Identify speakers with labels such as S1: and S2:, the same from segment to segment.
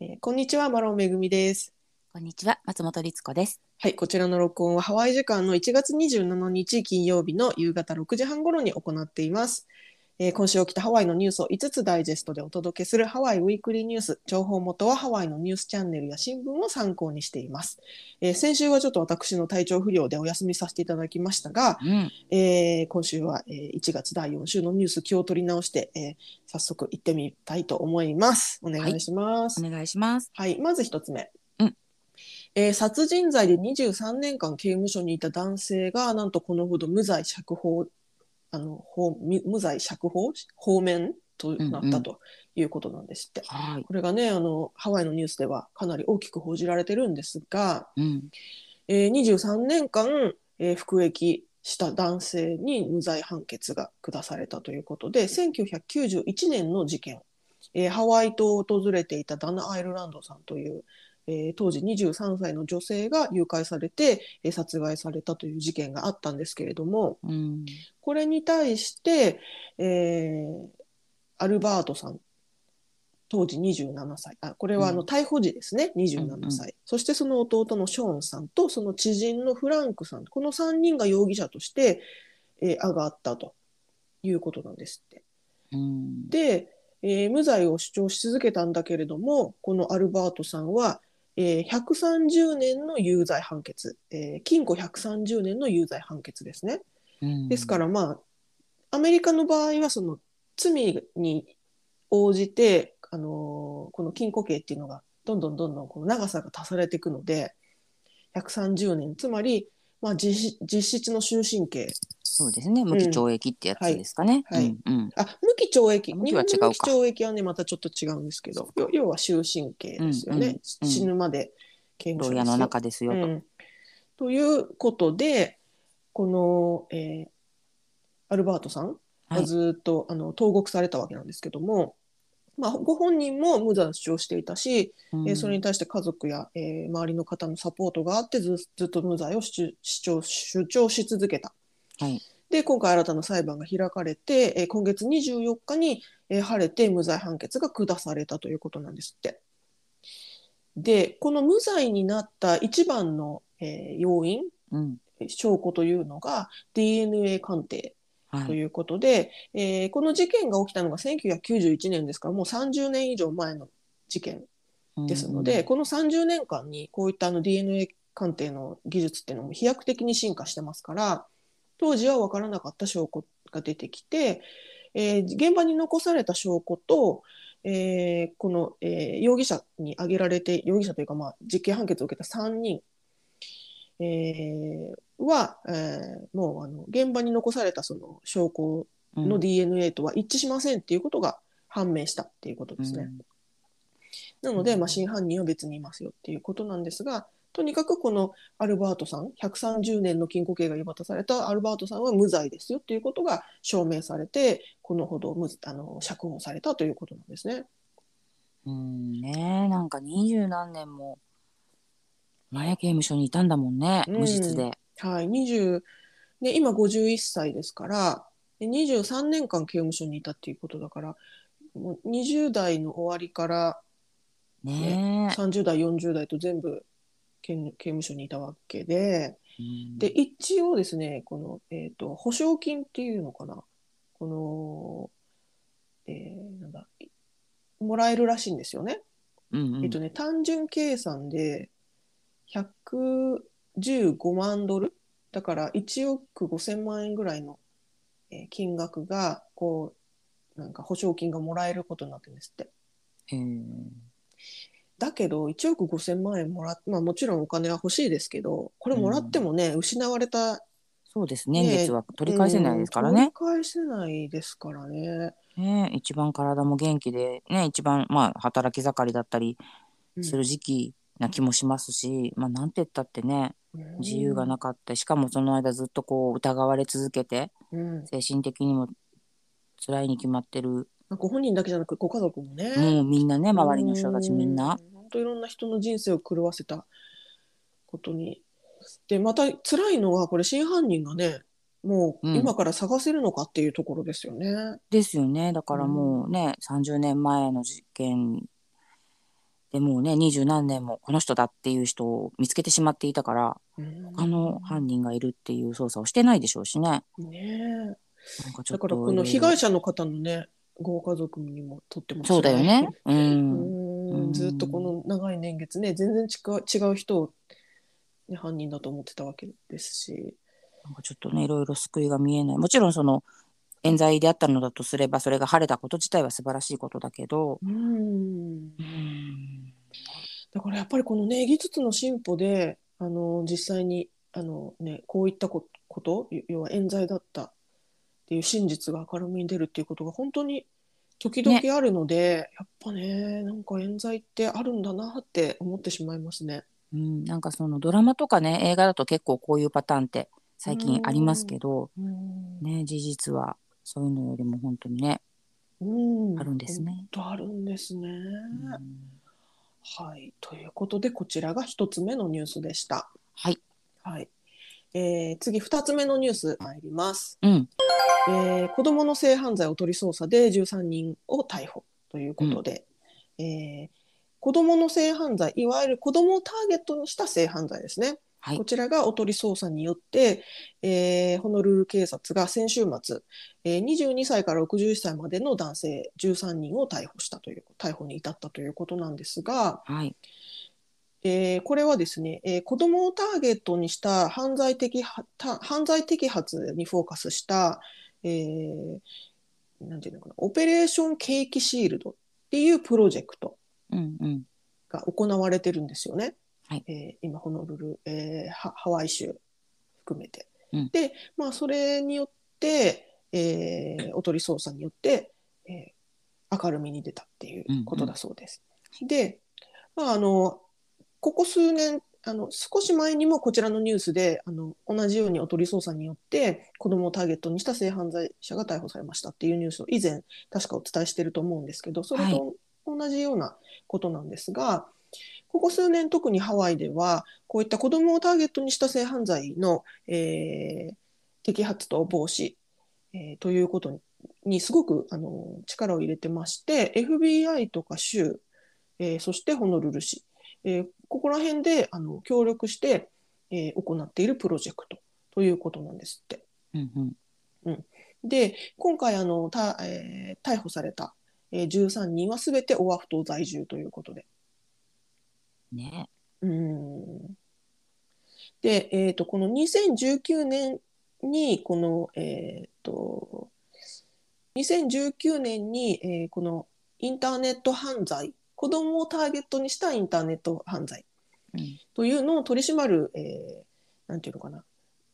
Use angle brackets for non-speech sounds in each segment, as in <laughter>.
S1: えーこんにちは、マロンめぐみです。
S2: こんにちは、松本律子です。
S1: はい、こちらの録音はハワイ時間の1月27日金曜日の夕方6時半頃に行っています。えー今週起きたハワイのニュースを5つダイジェストでお届けするハワイウィークリーニュース。情報元はハワイのニュースチャンネルや新聞を参考にしています。えー先週はちょっと私の体調不良でお休みさせていただきましたが、
S2: うん、
S1: えー今週は、えー1月第4週のニュース気を取り直して、えー早速行ってみたいと思います。お願いします。
S2: お願いします。
S1: はい、まず一つ目。
S2: うん
S1: えー殺人罪で23年間刑務所にいた男性がなんとこのほど無罪釈放あの法無無罪釈放方面とな
S2: うんう
S1: った
S2: ん
S1: ということなんですって。
S2: はい。
S1: これがねあのハワイのニュースではかなり大きく報じられてるんですが、
S2: うん、
S1: えー、23年間、えー服役した男性に無罪判決が下されたということで1991年の事件、えーハワイ島を訪れていたダナ・アイルランドさんという、えー当時23歳の女性が誘拐されて、えー殺害されたという事件があったんですけれども
S2: うん、
S1: これに対して、えーアルバートさん当時27歳あこれはあの
S2: う
S1: 逮捕時ですね、
S2: うんう
S1: 27
S2: ん
S1: 歳、そしてその弟のショーンさんとその知人のフランクさんこの3人が容疑者として、えー上がったということなんですって。
S2: うん、
S1: で、えー無罪を主張し続けたんだけれどもこのアルバートさんは、えー130年の有罪判決、えー禁錮130年の有罪判決ですね。
S2: うん
S1: ですか、らまあアメリカの場合はその罪に応じて、あのーこの禁錮刑っていうのがどんどんどんどんこの長さが足されていくので130年つまり、まあ、実質実質の終身刑
S2: そうですね、無期懲役ってやつですかね。
S1: うんはい
S2: うん、うん、
S1: あ無期懲役
S2: 無
S1: 日
S2: 期
S1: 本
S2: は違うか
S1: の無期懲役はねまたちょっと違うんですけどよ要は終身刑ですよね、
S2: うんうんうん
S1: 死ぬまで刑務
S2: 牢
S1: 所
S2: 屋
S1: に
S2: の中ですよと。
S1: うんということでこの、えーアルバートさん
S2: はい
S1: ずっと、あの投獄されたわけなんですけども、まあ、ご本人も無罪を主張していたし、
S2: うん
S1: えーそれに対して家族や、えー周りの方のサポートがあってずずっと無罪を主主張主張し続けた。
S2: はい
S1: で今回新たな裁判が開かれて、えー今月24日に、えー晴れて無罪判決が下されたということなんですって。でこの無罪になった一番の、えー要因
S2: うん、
S1: 証拠というのが DNA 鑑定
S2: は
S1: と
S2: い、
S1: いうことで、えーこの事件が起きたのが1991年ですからもう30年以上前の事件ですので、この30年間にこういったあの DNA 鑑定の技術っていうのも飛躍的に進化してますから当時は分からなかった証拠が出てきて、えー現場に残された証拠と、えーこの、えー容疑者に挙げられて容疑者というか、まあ、実刑判決を受けた3人、えーは、えーもうあの現場に残されたその証拠
S2: うん
S1: の DNA とは一致しませんっていうことが判明したっていうことですね。なので、まあ、真犯人は別にいますよっていうことなんですが、とにかくこのアルバートさん、130年の禁錮刑が言い渡されたアルバートさんは無罪ですよっていうことが証明されて、このほど無あの釈放されたということなんですね。
S2: うん、うん、ねえ、なんか二十何年も。前刑務所にいたんだもんね、
S1: うん
S2: 無実で。
S1: はい、20ね、今51歳ですから、で23年間刑務所にいたっていうことだから、もう20代の終わりから
S2: ね
S1: 30代、40代と全部刑務刑務所にいたわけで、
S2: え。うん
S1: で、一応ですね、この、えっ、と、保証金っていうのかな、この、えーなんだ、いもらえるらしいんですよね。
S2: うん、うん
S1: えっとね、単純計算で115万ドル、だから1億5000万円ぐらいの、えー金額が、こう、なんか保証金がもらえることになってるんですって。
S2: へえ
S1: だけど1億5000万円もらっまあもちろんお金は欲しいですけど、これもらってもね、失われた
S2: そうですね、
S1: ねえ
S2: 年月は取り返せないですから
S1: うん
S2: ね。
S1: 取り返せないですからね。
S2: ねえ一番体も元気で、ね、一番、まあ、働き盛りだったりする時期な気もしますし、まあ、なんて言ったってね
S1: うん
S2: 自由がなかったしかもその間ずっとこう疑われ続けて
S1: うん、
S2: 精神的にも辛いに決まってる
S1: なんか本人だけじゃなくご家族もね。
S2: もうみんなね周りの人たちみんな。
S1: う。本当いろんな人の人生を狂わせたことに。でまた辛いのはこれ真犯人がねもう
S2: うん
S1: 今から探せるのかっていうところですよね。
S2: ですよねだからもうね、30年前の事件でもうね二十何年もこの人だっていう人を見つけてしまっていたから
S1: うん
S2: 他の犯人がいるっていう捜査をしてないでしょうしね。
S1: ねえ
S2: なんかちょ
S1: だ
S2: っと
S1: からこの被害者の方のねご家族にもとっても
S2: そうだよね。う。
S1: うんん
S2: うん
S1: ずっとこの長い年月ね全然違う違う人を、ね、犯人だと思ってたわけですし、
S2: なんかちょっとねいろいろ救いが見えないもちろんその冤罪であったのだとすればそれが晴れたこと自体は素晴らしいことだけど、
S1: うん
S2: うん、
S1: だからやっぱりこのね技術の進歩であの実際にあの、ね、こういったここと要要は冤罪だったっていう真実が明るみに出るっていうことが本当に時々あるので、やっぱねなんか冤罪ってあるんだなって思ってしまいますね。
S2: うん、なんかそのドラマとかね映画だと結構こういうパターンって最近ありますけど、
S1: うん
S2: ね事実はそういうのよりも本当にね
S1: う
S2: あるんです。ね。
S1: 本当あるんですね。
S2: うん
S1: はい、ということでこちらが一つ目のニュースでした。
S2: はい、
S1: はいえー次二つ目のニュース参ります、
S2: うん
S1: えー子どもの性犯罪おとり捜査で13人を逮捕ということで、えー子どもの性犯罪いわゆる子どもをターゲットにした性犯罪ですね、
S2: はい
S1: こちらがおとり捜査によって、えーホノルル警察が先週末、えー22歳から61歳までの男性13人を逮捕したという逮捕に至ったということなんですが、
S2: はい
S1: えーこれはですね、えー子どもをターゲットにした犯罪的はた犯罪摘発にフォーカスした、えーなんていうのかな、オペレーションケーキシールドっていうプロジェクト
S2: うんうん
S1: が行われてるんですよね。
S2: はい
S1: えー今、ホノルル、えーハハワイ州含めて。
S2: うん
S1: で、まあ、それによって、えーおとり捜査によって、えー明るみに出たっていうことだそうです。で、まあ、あの、ここ数年、あの少し前にもこちらのニュースであの同じようにおとり捜査によって子どもをターゲットにした性犯罪者が逮捕されましたっていうニュースを以前確かお伝えしてると思うんですけどそれ
S2: はい
S1: と同じようなことなんですが、ここ数年特にハワイではこういった子どもをターゲットにした性犯罪の、えー摘発と防止、えーということににすごくあの力を入れてまして FBI とか州、えーそしてホノルル市、えーここら辺であの協力して、えー行っているプロジェクトということなんですって。
S2: うんうん
S1: で今回あの、たえー逮捕された、えー13人は全てオアフ島在住ということで。
S2: ね
S1: うんで、えー、とこの2019年にこの、えー、と2019年に、えーこのインターネット犯罪子どもをターゲットにしたインターネット犯罪
S2: うん
S1: というのを取り締まる、えーなんていうのかな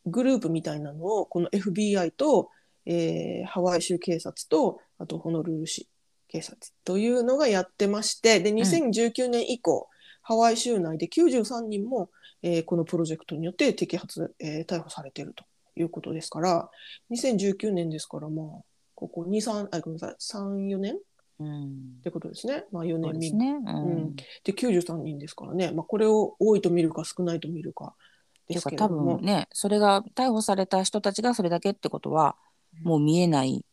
S1: グループみたいなのをこの FBI と、えーハワイ州警察とあとホノルル市警察というのがやってましてで2019年以降、ハワイ州内で93人も、えーこのプロジェクトによって摘発、えー逮捕されているということですから2019年ですからまあここ23あごめんなさい34年っ
S2: うん
S1: てことですね、まあ、4
S2: そう
S1: 年
S2: で
S1: 未
S2: す
S1: 満
S2: ね、うん
S1: う
S2: っ
S1: んで93人ですからね、まあ、これを多いと見るか少ないと見るかで
S2: ていう
S1: す
S2: か
S1: けれ
S2: 多
S1: ども
S2: 分。ねそれが逮捕された人たちがそれだけってことはもう見えない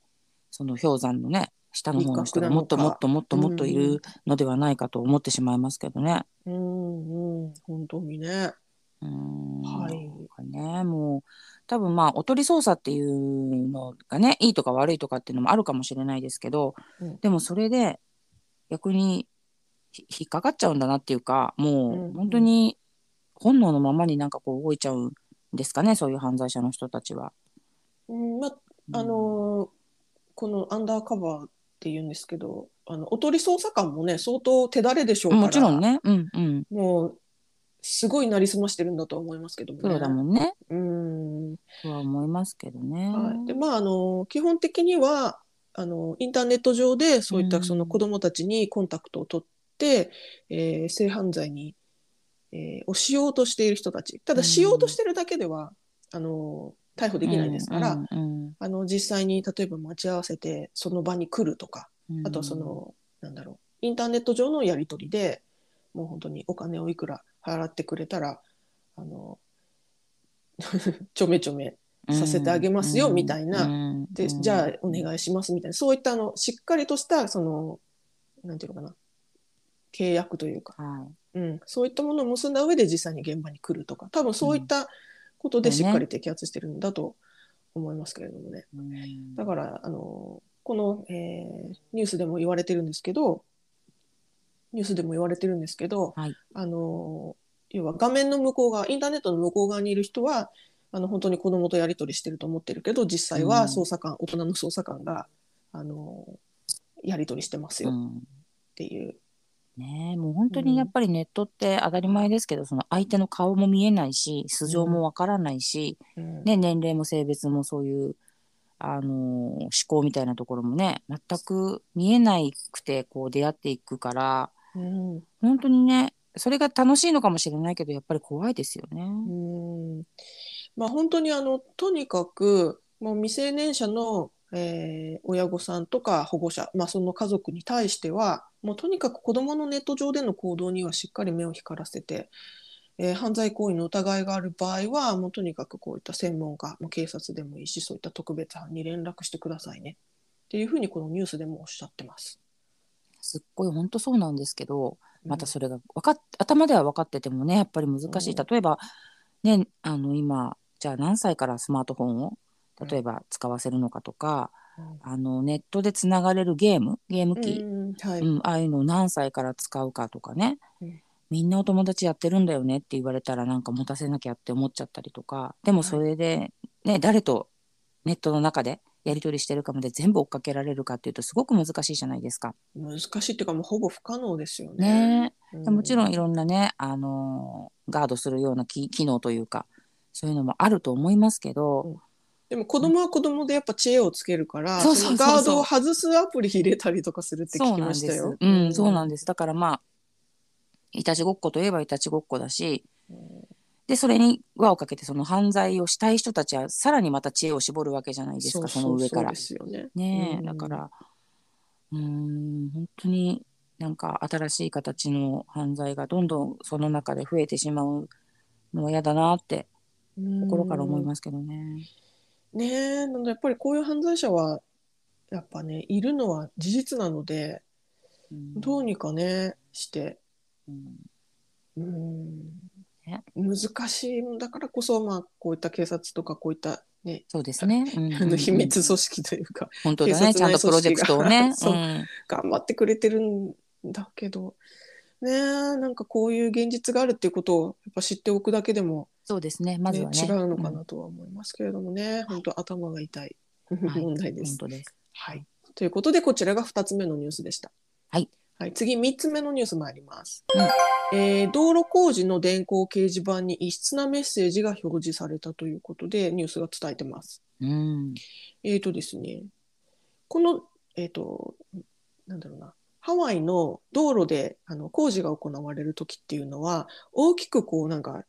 S2: その氷山のね下の方の人がもっともっともっともっといるのではないかと思ってしまいますけどね。
S1: うんうん、本当にね。
S2: うーん
S1: はい
S2: なんかねもう多分まあおとり捜査っていうのがねいいとか悪いとかっていうのもあるかもしれないですけど、
S1: うん
S2: でもそれで逆にひ引っかかっちゃうんだなっていうか
S1: うん
S2: も
S1: うん
S2: う本当に本能のままになんかこう動いちゃうんですかねそういう犯罪者の人たちは。
S1: うんまあ
S2: うん
S1: あのーこのアンダーカバーって言うんですけど、あのおとり捜査官もね、相当手だれでしょうから。
S2: もちろん。ね、うんうん、
S1: もうすごいなりすましてるんだと思いますけども
S2: プ
S1: ね。
S2: ロだもんね、
S1: うん。
S2: とは思いますけどね。
S1: はい、でまああの基本的にはあのインターネット上でそういっ
S2: う
S1: た
S2: ん
S1: その子どもたちにコンタクトを取って、えー性犯罪に、えーをしようとしている人たちただ
S2: うん
S1: しようとしてるだけでは、あの逮捕できないですから、
S2: うんうん
S1: あの実際に例えば待ち合わせてその場に来るとか
S2: うん
S1: あとはその、なんだろうインターネット上のやり取りでもう本当にお金をいくら払ってくれたらあの <laughs> ちょめちょめさせてあげますよみたいな
S2: うん
S1: で
S2: うん
S1: じゃあお願いしますみたいなそういったあのしっかりとしたそのなんていうのかな契約というか、
S2: は
S1: うん、そういったものを結んだ上で実際に現場に来るとか多分そういったことで
S2: うん
S1: しっかり摘発してるんだと思いますけれどもね。
S2: い。うん
S1: だからあのこの、えーニュースでも言われてるんですけどニュースでも言われてるんですけど、
S2: はい
S1: あの要は画面の向こう側インターネットの向こう側にいる人はあの本当に子供とやり取りしてると思ってるけど実際
S2: う
S1: は
S2: ん
S1: 捜査官、大人の捜査官があのやり取りしてますよ
S2: う
S1: っ
S2: ん
S1: ていう、
S2: ねえもう本当にやっぱりネットって当たり前ですけどその相手の顔も見えないし素性もわからないし、
S1: うん
S2: ね、年齢も性別もそういう、あのー思考みたいなところもね全く見えないくてこう出会っていくから
S1: うん
S2: 本当にねそれが楽しいのかもしれないけどやっぱり怖いですよね。
S1: うんまあ、本当にあのとにかくもう未成年者の、えー親御さんとか保護者、まあ、その家族に対してはもうとにかく子どものネット上での行動にはしっかり目を光らせて、えー犯罪行為の疑いがある場合はもうとにかくこういった専門家、まあ、警察でもいいしそういった特別班に連絡してくださいねっていうふうにこのニュースでもおっしゃってます。
S2: すっごい本当そうなんですけどまた
S1: うん
S2: それがわかっ頭では分かっててもねやっぱり難しい
S1: うん
S2: 例えば、ね、あの今じゃあ何歳からスマートフォンを
S1: うん
S2: 例えば使わせるのかとか、
S1: うん
S2: あのネットでつながれるゲームゲーム機、
S1: うんは
S2: う
S1: い
S2: んああいうのを何歳から使うかとかね、
S1: うん
S2: みんなお友達やってるんだよねって言われたらなんか持たせなきゃって思っちゃったりとかでもそれで、ね、誰とネットの中でやり取りしてるかまで全部追っかけられるかっていうとすごく難しいじゃないですか。
S1: 難しいっていうかもうほぼ不可能ですよね。
S2: ねえ
S1: う
S2: でもちろんいろんなね、あのーガードするような機機能というかそういうのもあると思いますけど、
S1: でも子供は子供でやっぱ知恵をつけるから、
S2: そうそうそうそう
S1: のガードを外すアプリ入れたりとかするって
S2: そ
S1: 聞
S2: う
S1: き
S2: な
S1: ま
S2: んで
S1: した
S2: す
S1: よ。
S2: うん、そうなん
S1: で
S2: ですだからまあいたちごっこといえばいたちごっこだし
S1: す。
S2: でそれに輪をかけてその犯罪をしたい人たちはさらにまた知恵を絞るわけじゃないですかその上から
S1: で。すよね。
S2: ねえ、
S1: うん
S2: だからうーん本当になんか新しい形の犯罪がどんどんその中で増えてしまうのは嫌だなって心から思いますけどね。
S1: す。ねえ、なのでやっぱりこういう犯罪者はやっぱねいるのは事実なので、
S2: うん
S1: どうにかねして、
S2: うん
S1: うん
S2: ね
S1: 難しいもんだからこそまあこういった警察とかこういったね、
S2: そうで
S1: <laughs>
S2: すね。
S1: あの秘密組
S2: そう
S1: 織というか
S2: 本当だね。
S1: 警
S2: ちゃん
S1: 察
S2: と
S1: 内
S2: プロジェクトを
S1: <laughs>
S2: ね。
S1: 組織が
S2: うん
S1: 頑張ってくれてるんだけどねえなんかこういう現実があるっていうことをやっぱ知っておくだけでも、
S2: そうですね。ま
S1: ね
S2: ずはね。
S1: 違うのか
S2: ん
S1: なとは思いますけれどもね、本当頭が痛い
S2: い
S1: <laughs> 問題で
S2: 本
S1: す。
S2: 当です。
S1: はい、ということでこちらが2つ目のニュースでした。
S2: はい
S1: はい、次3つ目のニュース参ります、
S2: う
S1: えー道路工事の電光掲示板に異質なメッセージが表示されたということでニュースが伝えてます。
S2: うん。
S1: えーとですね、この、えーと、なんだろうな、ハワイの道路であの工事が行われる時っていうのは、大きくこう、なんか、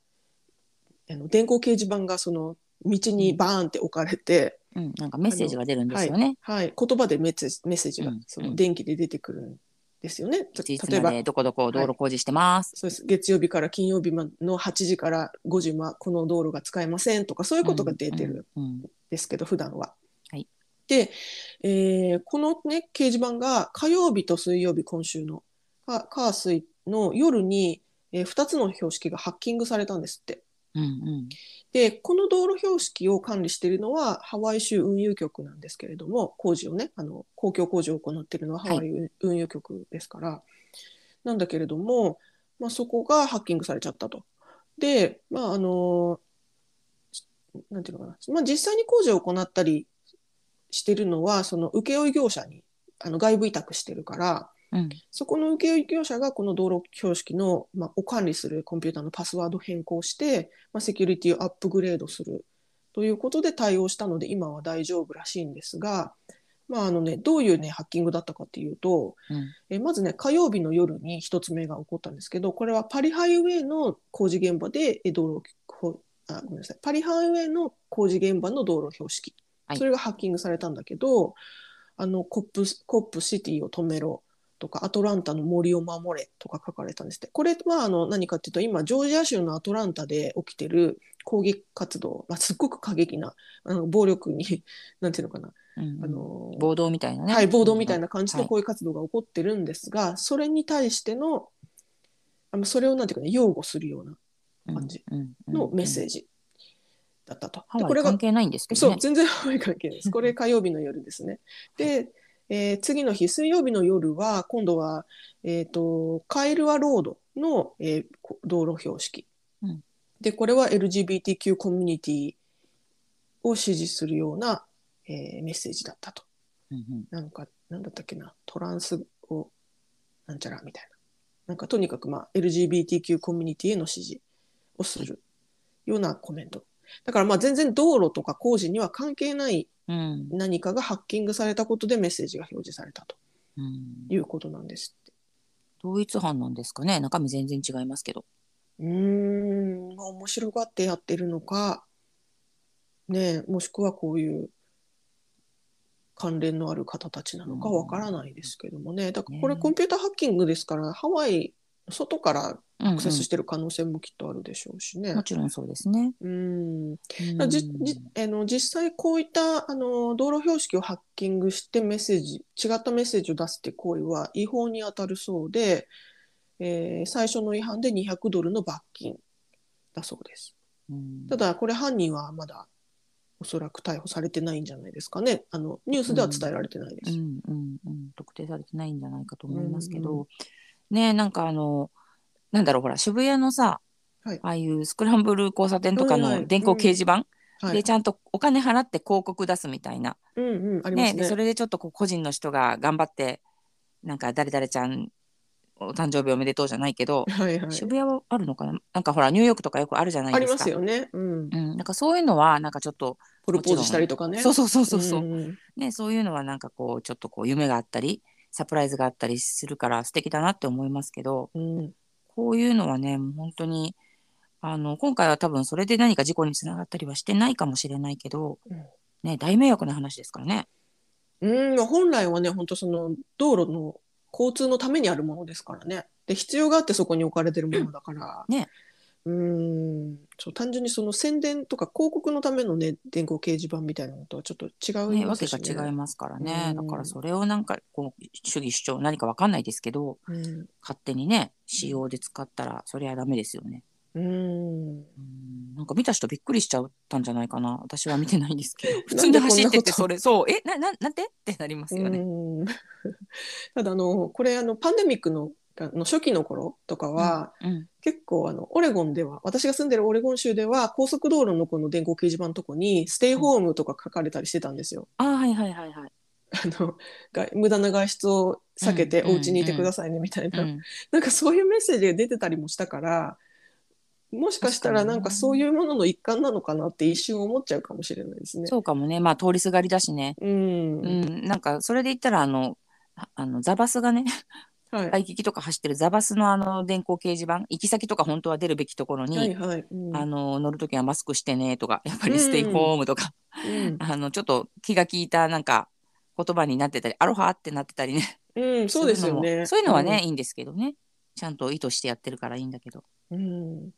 S1: あの電光掲示板がその道にバーンって置かれて、
S2: うん。なんかメッセージが出るんですよね。
S1: はい、言葉でメッセージメッセージが
S2: うん
S1: そうの
S2: ん
S1: 電気で出てくるんですよね。た
S2: いつ
S1: 例え
S2: ま
S1: ば
S2: でどこどこ道路工事してます。
S1: そうです月曜日から金曜日まの8時から5時まこの道路が使えませんとかそういうことが出てる
S2: うん。うん
S1: ですけど普段は。
S2: はい
S1: で、えーこの、ね、掲示板が火曜日と水曜日今週のか火水の夜に、え2つの標識がハッキングされたんですって。
S2: うんうん。
S1: でこの道路標識を管理しているのはハワイ州運輸局なんですけれども工事をねあの公共工事を行っているのはハワイ運輸局ですから、なんだけれども、まあ、そこがハッキングされちゃったと。で、まああのなんていうのかな、まあ、実際に工事を行ったりしてるのはその請負業者にあの外部委託してるから
S2: うん。
S1: そこの請負業者がこの道路標識の、まあ、を管理するコンピューターのパスワード変更して、まあ、セキュリティをアップグレードするということで対応したので今は大丈夫らしいんですが、まああのね、どういう、ね、ハッキングだったかっていうと、
S2: うん
S1: えまずね火曜日の夜に1つ目が起こったんですけどこれはパリハイウェイの工事現場でえ道路こあごめんなさいパリハイウェイの工事現場の道路標識、
S2: はい
S1: それがハッキングされたんだけどあのコップコップシティを止めろとかアトランタの森を守れとか書かれたんですってこれはあの何かっていうと今ジョージア州のアトランタで起きてる抗議活動、まあ、すっごく過激なあの暴力になんていうのかな、
S2: うん
S1: あの
S2: 暴動みたいなね。
S1: はい、暴動みたいな感じ
S2: は
S1: の
S2: い
S1: こういう活動が起こってるんですが、それに対してのあのそれをなんていうかね擁護するような
S2: うん
S1: 感じ
S2: うんうん
S1: のメッ
S2: ージ
S1: セージだったと。
S2: ハ
S1: で
S2: ワ
S1: こ
S2: イ
S1: れが
S2: 関係ないんですけど
S1: そ
S2: ね
S1: う、全然ハワイ関係ないです。これ火曜日の夜ですね。で、えー次の日、水曜日の夜は、今度は、えっ、と、カイルアロードの、えーこ道路標識。
S2: うん
S1: で、これは LGBTQ コミュニティを支持するような、えーメッセージだったと。
S2: うんうん
S1: なんか、なんだったっけな、トランスを、なんちゃらみたいな。なんか、とにかく、まあ、LGBTQ コミュニティへの支持をするようなコメント。だから、まあ、全然道路とか工事には関係ない
S2: うん
S1: 何かがハッキングされたことでメッセージが表示されたと
S2: うん
S1: いうことなんですって。
S2: 同一犯なんですかね中身全然違いますけど
S1: うーん、まあ、面白がってやってるのか、ねえもしくはこういう関連のある方たちなのかわからないですけどもね。だからこれ
S2: ね
S1: コンピューターハッキングですから、ハワイの外から
S2: うんうん
S1: アクセスしてる可能性もきっとあるでしょうしね
S2: も。ちろんそうですね
S1: うん。
S2: う
S1: だ
S2: ん
S1: じじあの実際こういったあの道路標識をハッキングしてメッセージ違ったメッセージを出すって行為は違法に当たるそうで、えー最初の違反で200ドルの罰金だそうです
S2: うん
S1: ただこれ犯人はまだおそらく逮捕されてないんじゃないですかねあのニュースでは伝えられてないで
S2: う
S1: す、
S2: んうんうん、特定されてないんじゃないかと思いますけど、ねなんかあのなんだろうほら渋谷のさ、
S1: はい
S2: ああいうスクランブル交差点とか
S1: はいは
S2: の
S1: い
S2: 電光掲示板
S1: はい
S2: でちゃんとお金払って広告出すみたいな、
S1: うんうんありま
S2: ね
S1: すね
S2: でそれでちょっとこう個人の人が頑張ってなんか誰々ちゃんお誕生日おめでとうじゃないけど、
S1: はいはい
S2: 渋谷はあるのかななんかほらニューヨークとかよくあるじゃない
S1: あ
S2: で
S1: り
S2: す
S1: ま
S2: か。
S1: すよね、うん、
S2: うん、なんかそういうのはなんかちょっと、
S1: プロポーズしたりとかね
S2: そうそうそうそうそう、
S1: んん
S2: ね、そういうのはなんかこうちょっとこう夢があったりサプライズがあったりするから素敵だなって思いますけど
S1: うんうん
S2: こういうのはねもう本当にあの今回は多分それで何か事故につながったりはしてないかもしれないけど、
S1: うん
S2: ね、大迷惑な話ですからね。
S1: うん、本来はね、本当その道路の交通のためにあるものですからね。で、必要があってそこに置かれてるものだから。
S2: ね。
S1: うん、そう、単純にその宣伝とか広告のためのね、電光掲示板みたいなのとはちょっと違い
S2: ね、
S1: ま
S2: わ
S1: す
S2: け
S1: し
S2: が
S1: ね。
S2: 違いますからね、
S1: うん
S2: だからそれをなんかこう主義主張何かわかんないですけど
S1: うん
S2: 勝手にね使用で使ったらそりゃダメですよね。
S1: うん。
S2: うんなんか見た人びっくりしちゃったんじゃないかな私は見 <laughs> てないんですけど普通に走っててそれそうえなななんてってなりますよね。
S1: うん <laughs> ただあの、これあの、パンデミックの、あの初期の頃とかは、
S2: うん
S1: 結構あのオレゴンでは私が住んでるオレゴン州では高速道路のこの電光掲示板のとこにステイホームとか書かれたりしてたんですよ。
S2: あーはいはいはいはい。
S1: あのが無駄な外出を避けて
S2: うん
S1: お家にいてくださいねみたいな、
S2: うん
S1: なんかそういうメッセージが出てたりもしたからもしかしたら
S2: 確かにね
S1: なんかそういうものの一環なのかなって一瞬思っちゃうかもしれないですね。
S2: そうかもねまあ通りすがりだしね、
S1: うん、
S2: うん、なんかそれで言ったらあのああのザバスがね <laughs>
S1: はい、は
S2: ワイキキとか走ってるザバスのあの電光掲示板行き先とか本当は出るべきところに、
S1: いはい、うん
S2: あの乗るときはマスクしてねとかやっぱ
S1: うん
S2: りステイホームとか、
S1: うん
S2: あのちょっと気が利いたなんか言葉になってたりアロハってなってたりね
S1: うん、そうですよね。
S2: そういうのもそういうのはね、いいんですけどね。ちゃんと意図してやってるからいいんだけど。
S1: うん、うん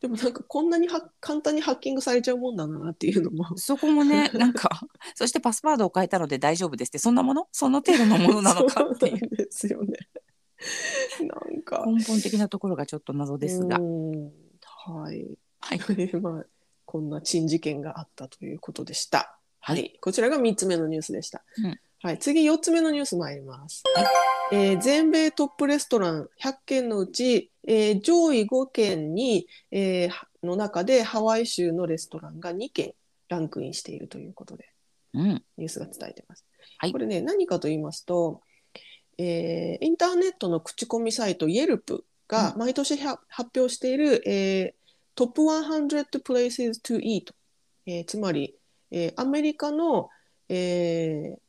S1: でもなんかこんなには簡単にハッキングされちゃうもんだなっていうのも
S2: そこも
S1: <laughs>
S2: ね、なんか、そしてパスワードを変えたので大丈夫ですって、そんなものその程度の <laughs> ものなのかってい
S1: <laughs> そう
S2: う。
S1: なんですよね。なんか
S2: 根本的なところがちょっと謎ですが
S1: う。んはい。
S2: はい
S1: まあ、こんな珍事件があったということでした。
S2: はい
S1: こちらが3つ目のニュースでした。
S2: うん
S1: はい、次4つ目のニュース参ります。
S2: はい
S1: えー全米トップレストラン100件のうち、えー上位5件に、えーはの中でハワイ州のレストランが2件ランクインしているということで。
S2: うん。
S1: ニュースが伝えてます。
S2: はい
S1: これね何かと言いますと、えーインターネットの口コミサイト Yelp が
S2: う
S1: 毎年は発表している、えートップ100 places to eat、えーつまり、えーアメリカの、えー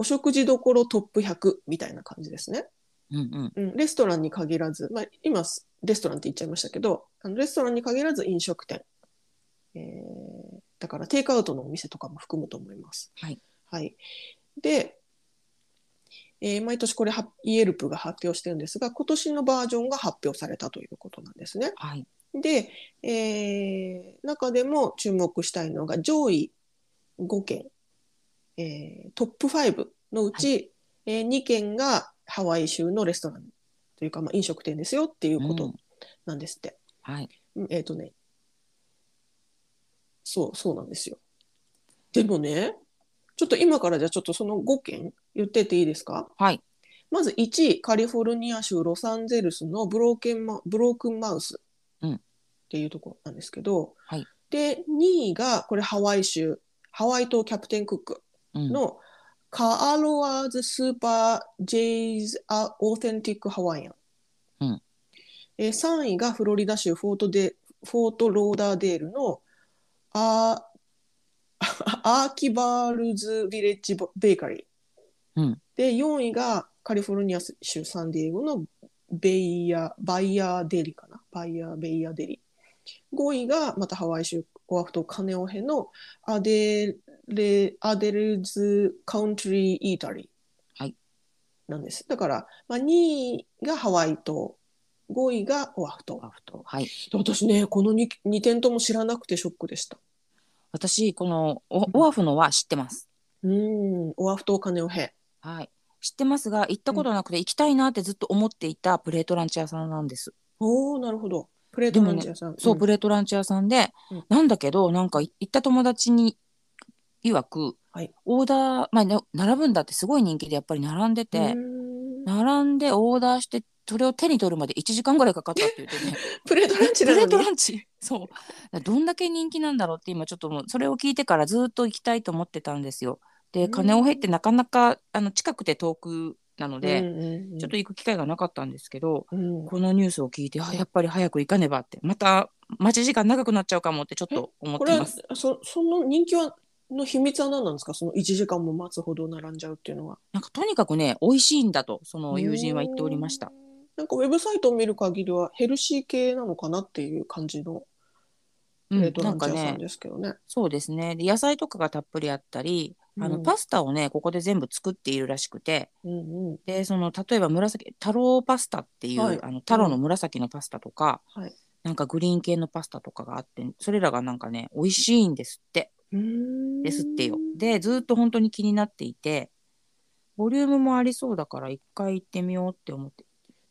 S1: お食事どころトップ100みたいな感じですね。
S2: うんうん。
S1: うん、レストランに限らず、まあ、今レストランって言っちゃいましたけどあのレストランに限らず飲食店、えーだからテイクアウトのお店とかも含むと思います。
S2: はい
S1: はい、で、えー毎年これはイエルプが発表してるんですが今年のバージョンが発表されたということなんですね。
S2: はい。
S1: で、えー中でも注目したいのが上位5件、えートップ5のうち、えー2件がハワイ州のレストランというか、まあ、飲食店ですよっていうこ
S2: う
S1: と
S2: ん
S1: なんですって。
S2: はい。
S1: うんえっ、とね、そう、そうなんですよ。でもね、ちょっと今からじゃあちょっとその5件言ってっていいですか
S2: はい。
S1: まず1位、カリフォルニア州ロサンゼルスのブローケンマブロークンマウス
S2: うん
S1: っていうとこなんですけど、
S2: はい
S1: で、2位がこれハワイ州、ハワイ島キャプテンクック
S2: うん、
S1: のカアロアーズスーパージェイズ・ア・オーセンティック・ハワイアン。
S2: うん
S1: えー、3位がフロリダ州フォートデフォートローダーデールの <laughs> アーアーキバールズ・ビレッジ・ベーカリー。
S2: うん
S1: で、4位がカリフォルニア州サンディエゴのベイヤバイヤーデリかな。バイヤー・ベイヤーデリ。5位がまたハワイ州オアフ島カネオヘのアデレアデルズ・カウントリー・イータリー
S2: はい
S1: なんです。だから、まあ、2位がハワイ島、5位がオアフ島
S2: ア。フト。はい。
S1: で私ね、この 2, 2点とも知らなくてショックでした。
S2: 私、このオオアフのは知ってます。
S1: うーん、オアフ島カネオヘ。
S2: はい。知ってますが、行ったことなくて、行きたいなってずっと思っていたプレートランチ屋さんなんです。
S1: おー、なるほど。プレートマンチ屋さん。
S2: そう、
S1: ん
S2: プレートランチ屋さんで、
S1: うん
S2: なんだけどなんかい行った友達に曰く、
S1: はい
S2: オーダー、まあな、並ぶんだってすごい人気でやっぱり並んでて、
S1: うーん
S2: 並んでオーダーしてそれを手に取るまで1時間ぐらいかかったって言ってね
S1: <laughs> プレートランチ
S2: プ
S1: な
S2: レート
S1: のに
S2: ランチそうどんだけ人気なんだろうって今ちょっともうそれを聞いてからずっと行きたいと思ってたんですよ。
S1: う
S2: で
S1: ん
S2: 金を経ってなかなかあの近くて遠くなので、
S1: うんうんうん
S2: ちょっと行く機会がなかったんですけど、
S1: うん
S2: このニュースを聞いてあやっぱり早く行かねばってまた待ち時間長くなっちゃうかもってちょっと思っ
S1: こ
S2: て
S1: れ
S2: ま
S1: は
S2: す。
S1: そその人気はの秘密は何なんですかその1時間も待つほど並んじゃうっていうのは。
S2: なんかとにかくね美味しいんだとその友人は言っておりました
S1: う。ん。なんかウェブサイトを見る限りはヘルシー系なのかなっていう感じの
S2: うん
S1: プレート
S2: な
S1: ラ
S2: ん
S1: ン
S2: か
S1: チ屋さ
S2: ね
S1: んですけどね。
S2: そうですねで野菜とかがたっぷりあったりあの、
S1: うん
S2: パスタをねここで全部作っているらしくて
S1: うんうん
S2: でその例えば紫太郎パスタっていう、
S1: はい
S2: あの太郎の紫のパスタとか、
S1: はい
S2: なんかグリーン系のパスタとかがあってそれらがなんかね美味しいんですって
S1: うーん
S2: ですってよ。でずっと本当に気になっていてボリュームもありそうだから一回行ってみようって思って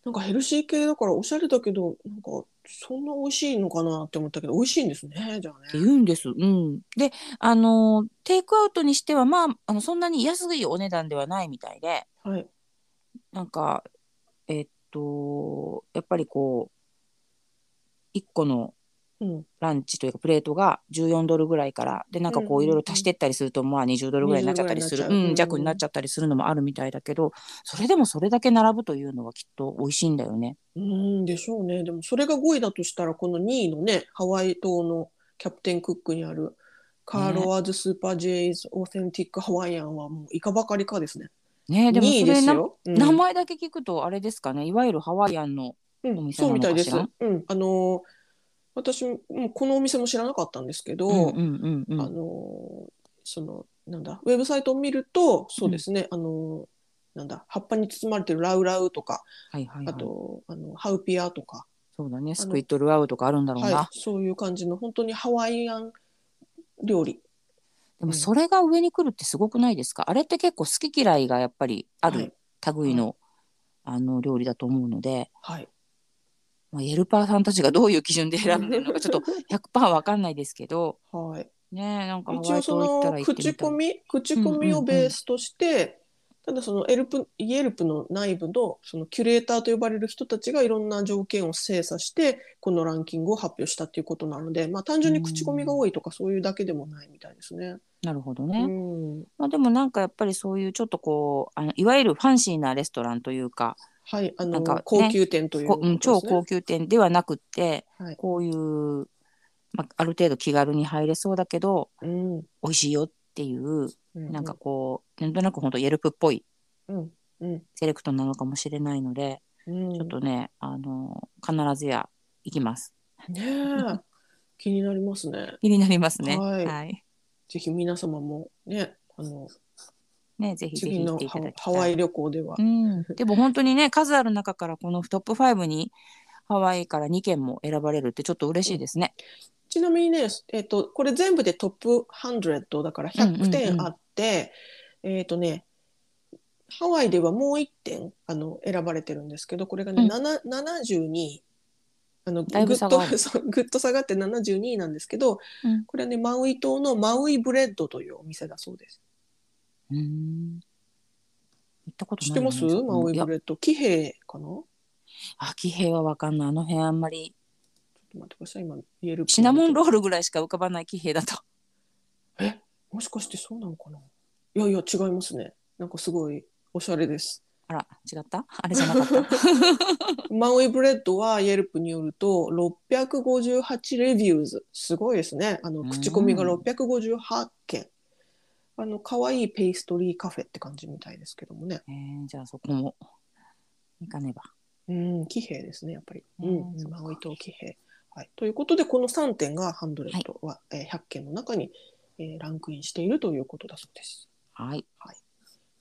S1: なんかヘルシー系だからおしゃれだけどなんかそんな美味しいのかなって思ったけど美味しいんですねじゃあ
S2: って
S1: ね。
S2: 言うんです。うん、であのーテイクアウトにしてはまああのそんなに安いお値段ではないみたいで
S1: はい。
S2: なんかえっとやっぱりこう1個の
S1: うん。
S2: ランチというかプレートが14ドルぐらいからでなんかこ
S1: うんうんう
S2: うんいろいろ足してったりするとまあ20ドルぐらいになっちゃったりする
S1: 20ぐらいになっちゃ
S2: う
S1: うん
S2: 弱になっちゃったりするのもあるみたいだけどそれでもそれだけ並ぶというのはきっと美味しいんだよね。
S1: うーんでしょうね。でもそれが5位だとしたらこの2位のねハワイ島のキャプテンクックにあるカーロワーズ・スーパー・ジェイズ・オーセンティック・ハワイアンはもういかばかりかですね。
S2: ねでも
S1: 2位
S2: そ
S1: で
S2: れ
S1: す
S2: な
S1: よ。うん
S2: 名前だけ聞くとあれですかねいわゆるハワイアンの
S1: うん
S2: お店
S1: そうみ
S2: な
S1: た
S2: の
S1: いで
S2: かし
S1: す。
S2: ら
S1: うん、あのー私もうんこのお店も知らなかったんですけど、
S2: うんうんうんうん
S1: あのーそのなんだウェブサイトを見るとそうですね、あのーなんだ葉っぱに包まれてるラウラウとか、
S2: はいはいはい
S1: あとあのハウピアとか、
S2: そうだねスクイットルアウとかあるんだろうな、
S1: はい、そういう感じの本当にハワイアン料理
S2: でもそれが上に来るってすごくないですかあれって結構好き嫌いがやっぱりあ
S1: は
S2: る
S1: い
S2: 類の,、あの料理だと思うので、
S1: はい、
S2: まあ、ヘルパーさんたちがどういう基準で選んでるのかちょっと100%わかんないですけど
S1: <laughs> はい、
S2: ねえなんかハ
S1: 一
S2: ワ
S1: 応そ
S2: イ島行ったら
S1: の
S2: 行って
S1: 口
S2: みた
S1: コ
S2: い
S1: ミ口コミをベースとして、ただそのエルプイエルプの内部のそのキュレーターと呼ばれる人たちがいろんな条件を精査してこのランキングを発表したっていうことなので、まあ、単純に口コミが多いとかそういうだけでもないみたいですね。
S2: なるほど
S1: う
S2: ね、
S1: ん
S2: まあ、でもなんかやっぱりそういうちょっとこうあのいわゆるファンシーなレストランというか
S1: はい、あ
S2: な
S1: の、
S2: んかね
S1: 高級店という
S2: こ
S1: ことで
S2: う
S1: す、
S2: ん、
S1: ね、
S2: 超高級店ではなくって、
S1: はい
S2: こういう、まあ、ある程度気軽に入れそうだけど
S1: うん、
S2: 美味しいよっていう
S1: うん
S2: なんかこうなんとなく本当エルプっぽい
S1: うんうん
S2: セレクトなのかもしれないので、
S1: うん、
S2: ちょっとねあの必ずや行きます
S1: ねえ気になりますね。
S2: 気になりますねは、
S1: はいいぜひ皆様もねあの
S2: ねぜひぜひ
S1: 次
S2: 行っ
S1: の
S2: ていた
S1: ハ
S2: だきた
S1: ハ
S2: い
S1: ワイ旅行では
S2: う、ん、でも本当にね数ある中からこのトップ5にハワイから2件も選ばれるってちょっと嬉しいですね、
S1: ちなみにね、えっとこれ全部でトップ100だから
S2: うんうんうん
S1: 100点あって、えっとねハワイではもう一点あの選ばれてるんですけどこれがね、
S2: うん
S1: なな72あの
S2: だい
S1: ぐ
S2: ぶ
S1: っ
S2: 差
S1: と
S2: があ
S1: <laughs>
S2: る
S1: そうぐっと下がって72なんですけど、
S2: うん
S1: これはねマウイ島のマウイブレッドというお店だそうです。
S2: うーん行ったこと
S1: 知っ
S2: な
S1: て
S2: いな
S1: ますマウイ
S2: いや
S1: ブレッド騎兵かなちょ
S2: あ騎兵はわかんないあの辺あんまり
S1: っと待ってください今言える
S2: シナモンロールぐらいしか浮かばない騎兵だと <laughs>
S1: もしかしてそうなのかないやいや違いますねなんかすごいおしゃれです。
S2: あら違ったあれじゃなかっ
S1: <laughs>
S2: た
S1: マウイブレッドはイェルプによると658レビューズすごいですねあの
S2: うん
S1: 口コミが658件あの可愛いペイストリーカフェって感じみたいですけどもね
S2: えー、じゃあそこも行かねば
S1: うん騎兵ですねやっぱり、う
S2: うん
S1: んマウイ島騎兵、はい、ということでこの3点がハンドレットは、えー100件の中に、えーランクインしているということだそうです
S2: はい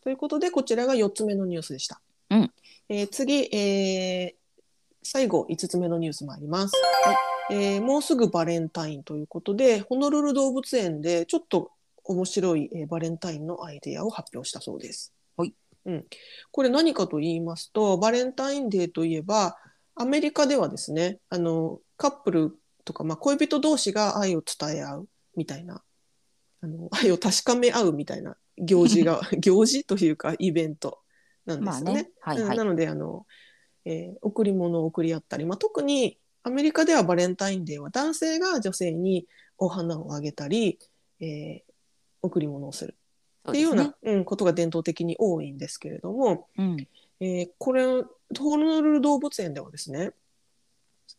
S1: ということで、こちらが4つ目のニュースでした。
S2: うん
S1: えー次、えー最後、5つ目のニュース参ります、えーもうすぐバレンタインということで、ホノルル動物園でちょっと面白い、えーバレンタインのアイデアを発表したそうです。
S2: はい
S1: うん、これ何かと言いますと、バレンタインデーといえば、アメリカではですね、あのカップルとか、まあ、恋人同士が愛を伝え合うみたいなあの <laughs> 愛を確かめ合うみたいな行事
S2: <laughs>
S1: が行事というかイベントなんで
S2: ますあ
S1: よね
S2: ね。はい
S1: うん
S2: はい
S1: なのであの、えー贈り物を贈り合ったり、まあ、特にアメリカではバレンタインデーは男性が女性にお花をあげたり、えー贈り物をする
S2: そ
S1: っていうような
S2: ですね
S1: うん、ことが伝統的に多いんですけれども、
S2: うん
S1: えーこれホノルル動物園ではですね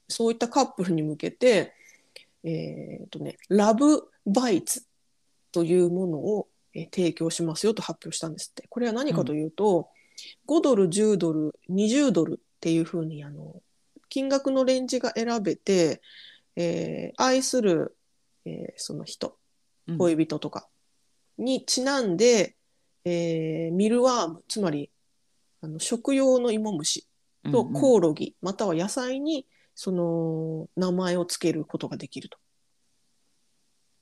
S1: そういったカップルに向けて、えーとね、ラブバイツというものを、えー提供しますよと発表したんですってこれは何かというと、5ドル10ドル20ドルっていうふうにあの金額のレンジが選べて、えー愛する、えーその人
S2: うん
S1: 恋人とかにちなんで、えーミルワームつまりあの食用の芋虫と
S2: うんうん
S1: コオロギ、または野菜にその名前をつけることができると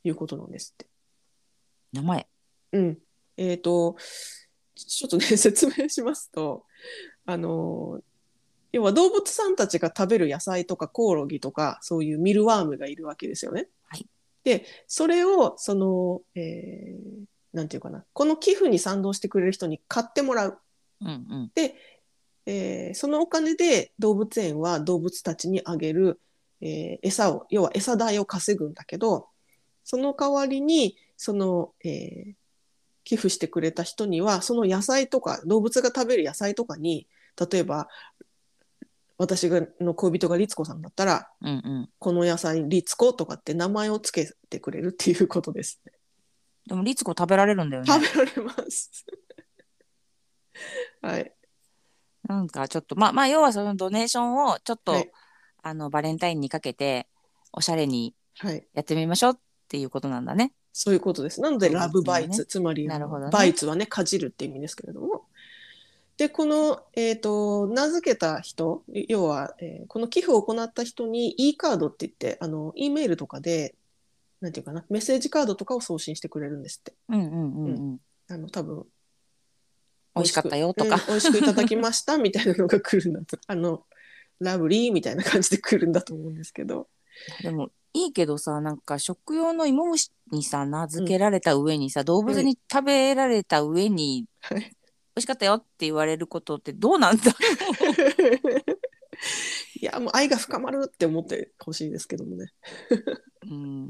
S1: いうことなんですって。
S2: 名前
S1: うん、えっ、とちょっとね説明しますとあの要は動物さんたちが食べる野菜とかコオロギとかそういうミルワームがいるわけですよね。
S2: はい
S1: でそれをその、えーなんていうかなこの寄付に賛同してくれる人に買ってもらう、
S2: うんうん
S1: えーそのお金で動物園は動物たちにあげる、えー餌を要は餌代を稼ぐんだけどその代わりにその、えー寄付してくれた人にはその野菜とか動物が食べる野菜とかに例えば私がの恋人が律子さんだったら
S2: うんうん
S1: この野菜律子とかって名前をつけてくれるっていうことです。
S2: でもリツコ食べられるんだよね
S1: 食べられます。はい。
S2: なんかちょっとまあまあ要はそのドネーションをちょっと、
S1: はい
S2: あのバレンタインにかけておしゃれに
S1: はい。
S2: やってみましょうっていうことなんだね。
S1: そういうことです。なので、
S2: そうですね
S1: ラブバイツ、つまり、
S2: なるほどね
S1: バイツはね、かじるって意味ですけれども。で、この、えっ、と、名付けた人、要は、えーこの寄付を行った人に e カードって言って、あの、E メールとかで、なんていうかな、メッセージカードとかを送信してくれるんですって。
S2: うんうんうんうん。
S1: あの、多分。
S2: 美味しかったよとか。
S1: 美味しくうん美味しくいただきました <laughs> みたいなのが来るんだと。あの、ラブリーみたいな感じで来るんだと思うんですけど。
S2: でもいいけどさなんか食用の芋虫にさ名付けられた上にさ、動物に食べられた上に、
S1: はい <laughs>
S2: 美味しかったよって言われることってどうなんだ <laughs>
S1: いやもう愛が深まるって思ってほしいですけどもね。
S2: うん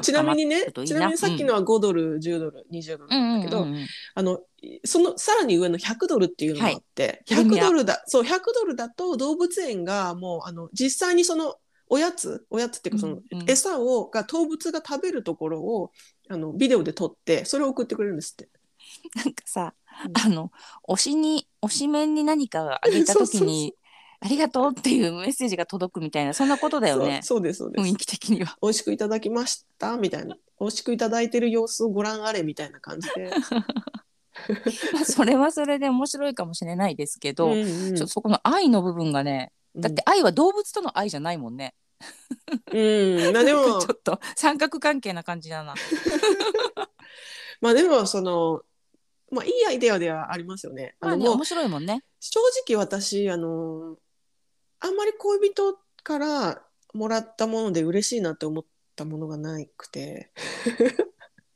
S1: ちなみにね
S2: 深まるといい
S1: ちなみにさっきのは5ドル、10ドル20ドル
S2: うん
S1: なんだけど、
S2: うんうんうん
S1: あのそのさらに上の100ドルっていうのがあって、
S2: はいプレミ
S1: 100
S2: ア
S1: ドルだそう100ドルだと動物園がもうあの実際にそのおやつおやつっていうかその
S2: うんうん
S1: 餌を、が動物が食べるところをあのビデオで撮ってそれを送ってくれるんですって。
S2: なんかさ、
S1: うん
S2: あの推しに推し面に何かあ
S1: <laughs>
S2: げた時に「ありがとう」っていうメッセージが届くみたいなそんなことだよね
S1: そうそうですそうです
S2: 雰囲気的
S1: <laughs>
S2: には。
S1: 美味しくいただきましたみたいな美味しくいただいてる様子をご覧あれみたいな感じで、
S2: まあそれはそれで面白いかもしれないですけど、
S1: うんうん
S2: ちょっと <laughs> そこの愛の部分がねだって愛は動物との愛じゃないもんね。
S1: うん、うんまあでも
S2: <laughs> ちょっと三角関係な感じだな。
S1: まあでもそのまあ、いいアイデアではありますよね。あ
S2: まあ
S1: の、
S2: ね
S1: もう
S2: 面白いもんね。
S1: 正直私、あの、あんまり恋人からもらったもので嬉しいなって思ったものがなくて、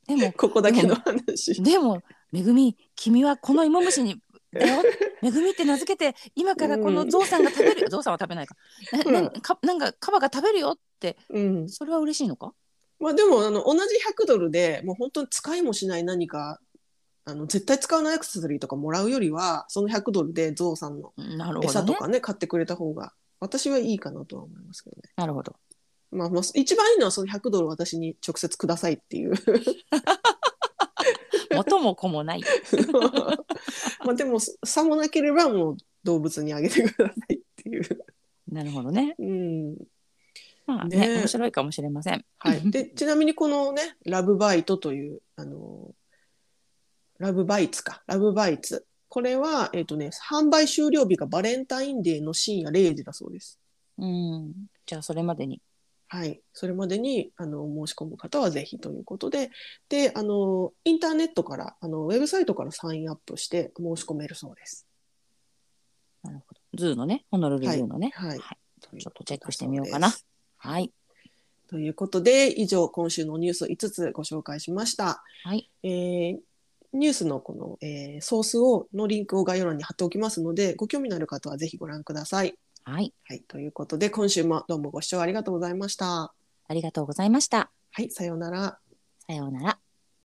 S2: でも
S1: <laughs> ここだけの話。
S2: でもめぐみ君はこの芋虫にだ <laughs> よめぐみって名付けて今からこのゾウさんが食べるよゾウさんは食べないかななかなんかカバが食べるよって
S1: うん。
S2: それは嬉しいのか
S1: まあでもあの同じ100ドルでもう本当に使いもしない何かあの絶対使わないアクセサリーとかもらうよりはその100ドルでゾウさんの
S2: なるほど
S1: 餌と
S2: ね
S1: かね買ってくれた方が私はいいかなとは思いますけどね。
S2: なるほど
S1: まあ、まあ一番いいのはその100ドルを私に直接くださいっていう
S2: 元も子もない
S1: まあでもさもなければもう動物にあげてくださいっていう、
S2: なるほどね
S1: うん
S2: まあね
S1: ね
S2: 面白いかもしれません
S1: はい、でちなみにこのね「ラブバイト」というあのラブバイツかラブバイツこれは、えっとね、販売終了日がバレンタインデーの深夜0時だそうです。
S2: <laughs> うんじゃあそれまでに
S1: はい、それまでにあの申し込む方はぜひということでであのインターネットからあのウェブサイトからサインアップして申し込めるそうです。
S2: なるほどズーのねホノルルズーのね
S1: はい
S2: はい、ちょっとチェックしてみようかなはい
S1: ということで以上今週のニュース5つご紹介しました。
S2: はい
S1: えーニュースのこの、えーソースをのリンクを概要欄に貼っておきますのでご興味のある方はぜひご覧ください。
S2: はい
S1: はい、ということで今週もどうもご視聴ありがとうございました。
S2: ありがとうございました
S1: はい、さようなら。
S2: さようなら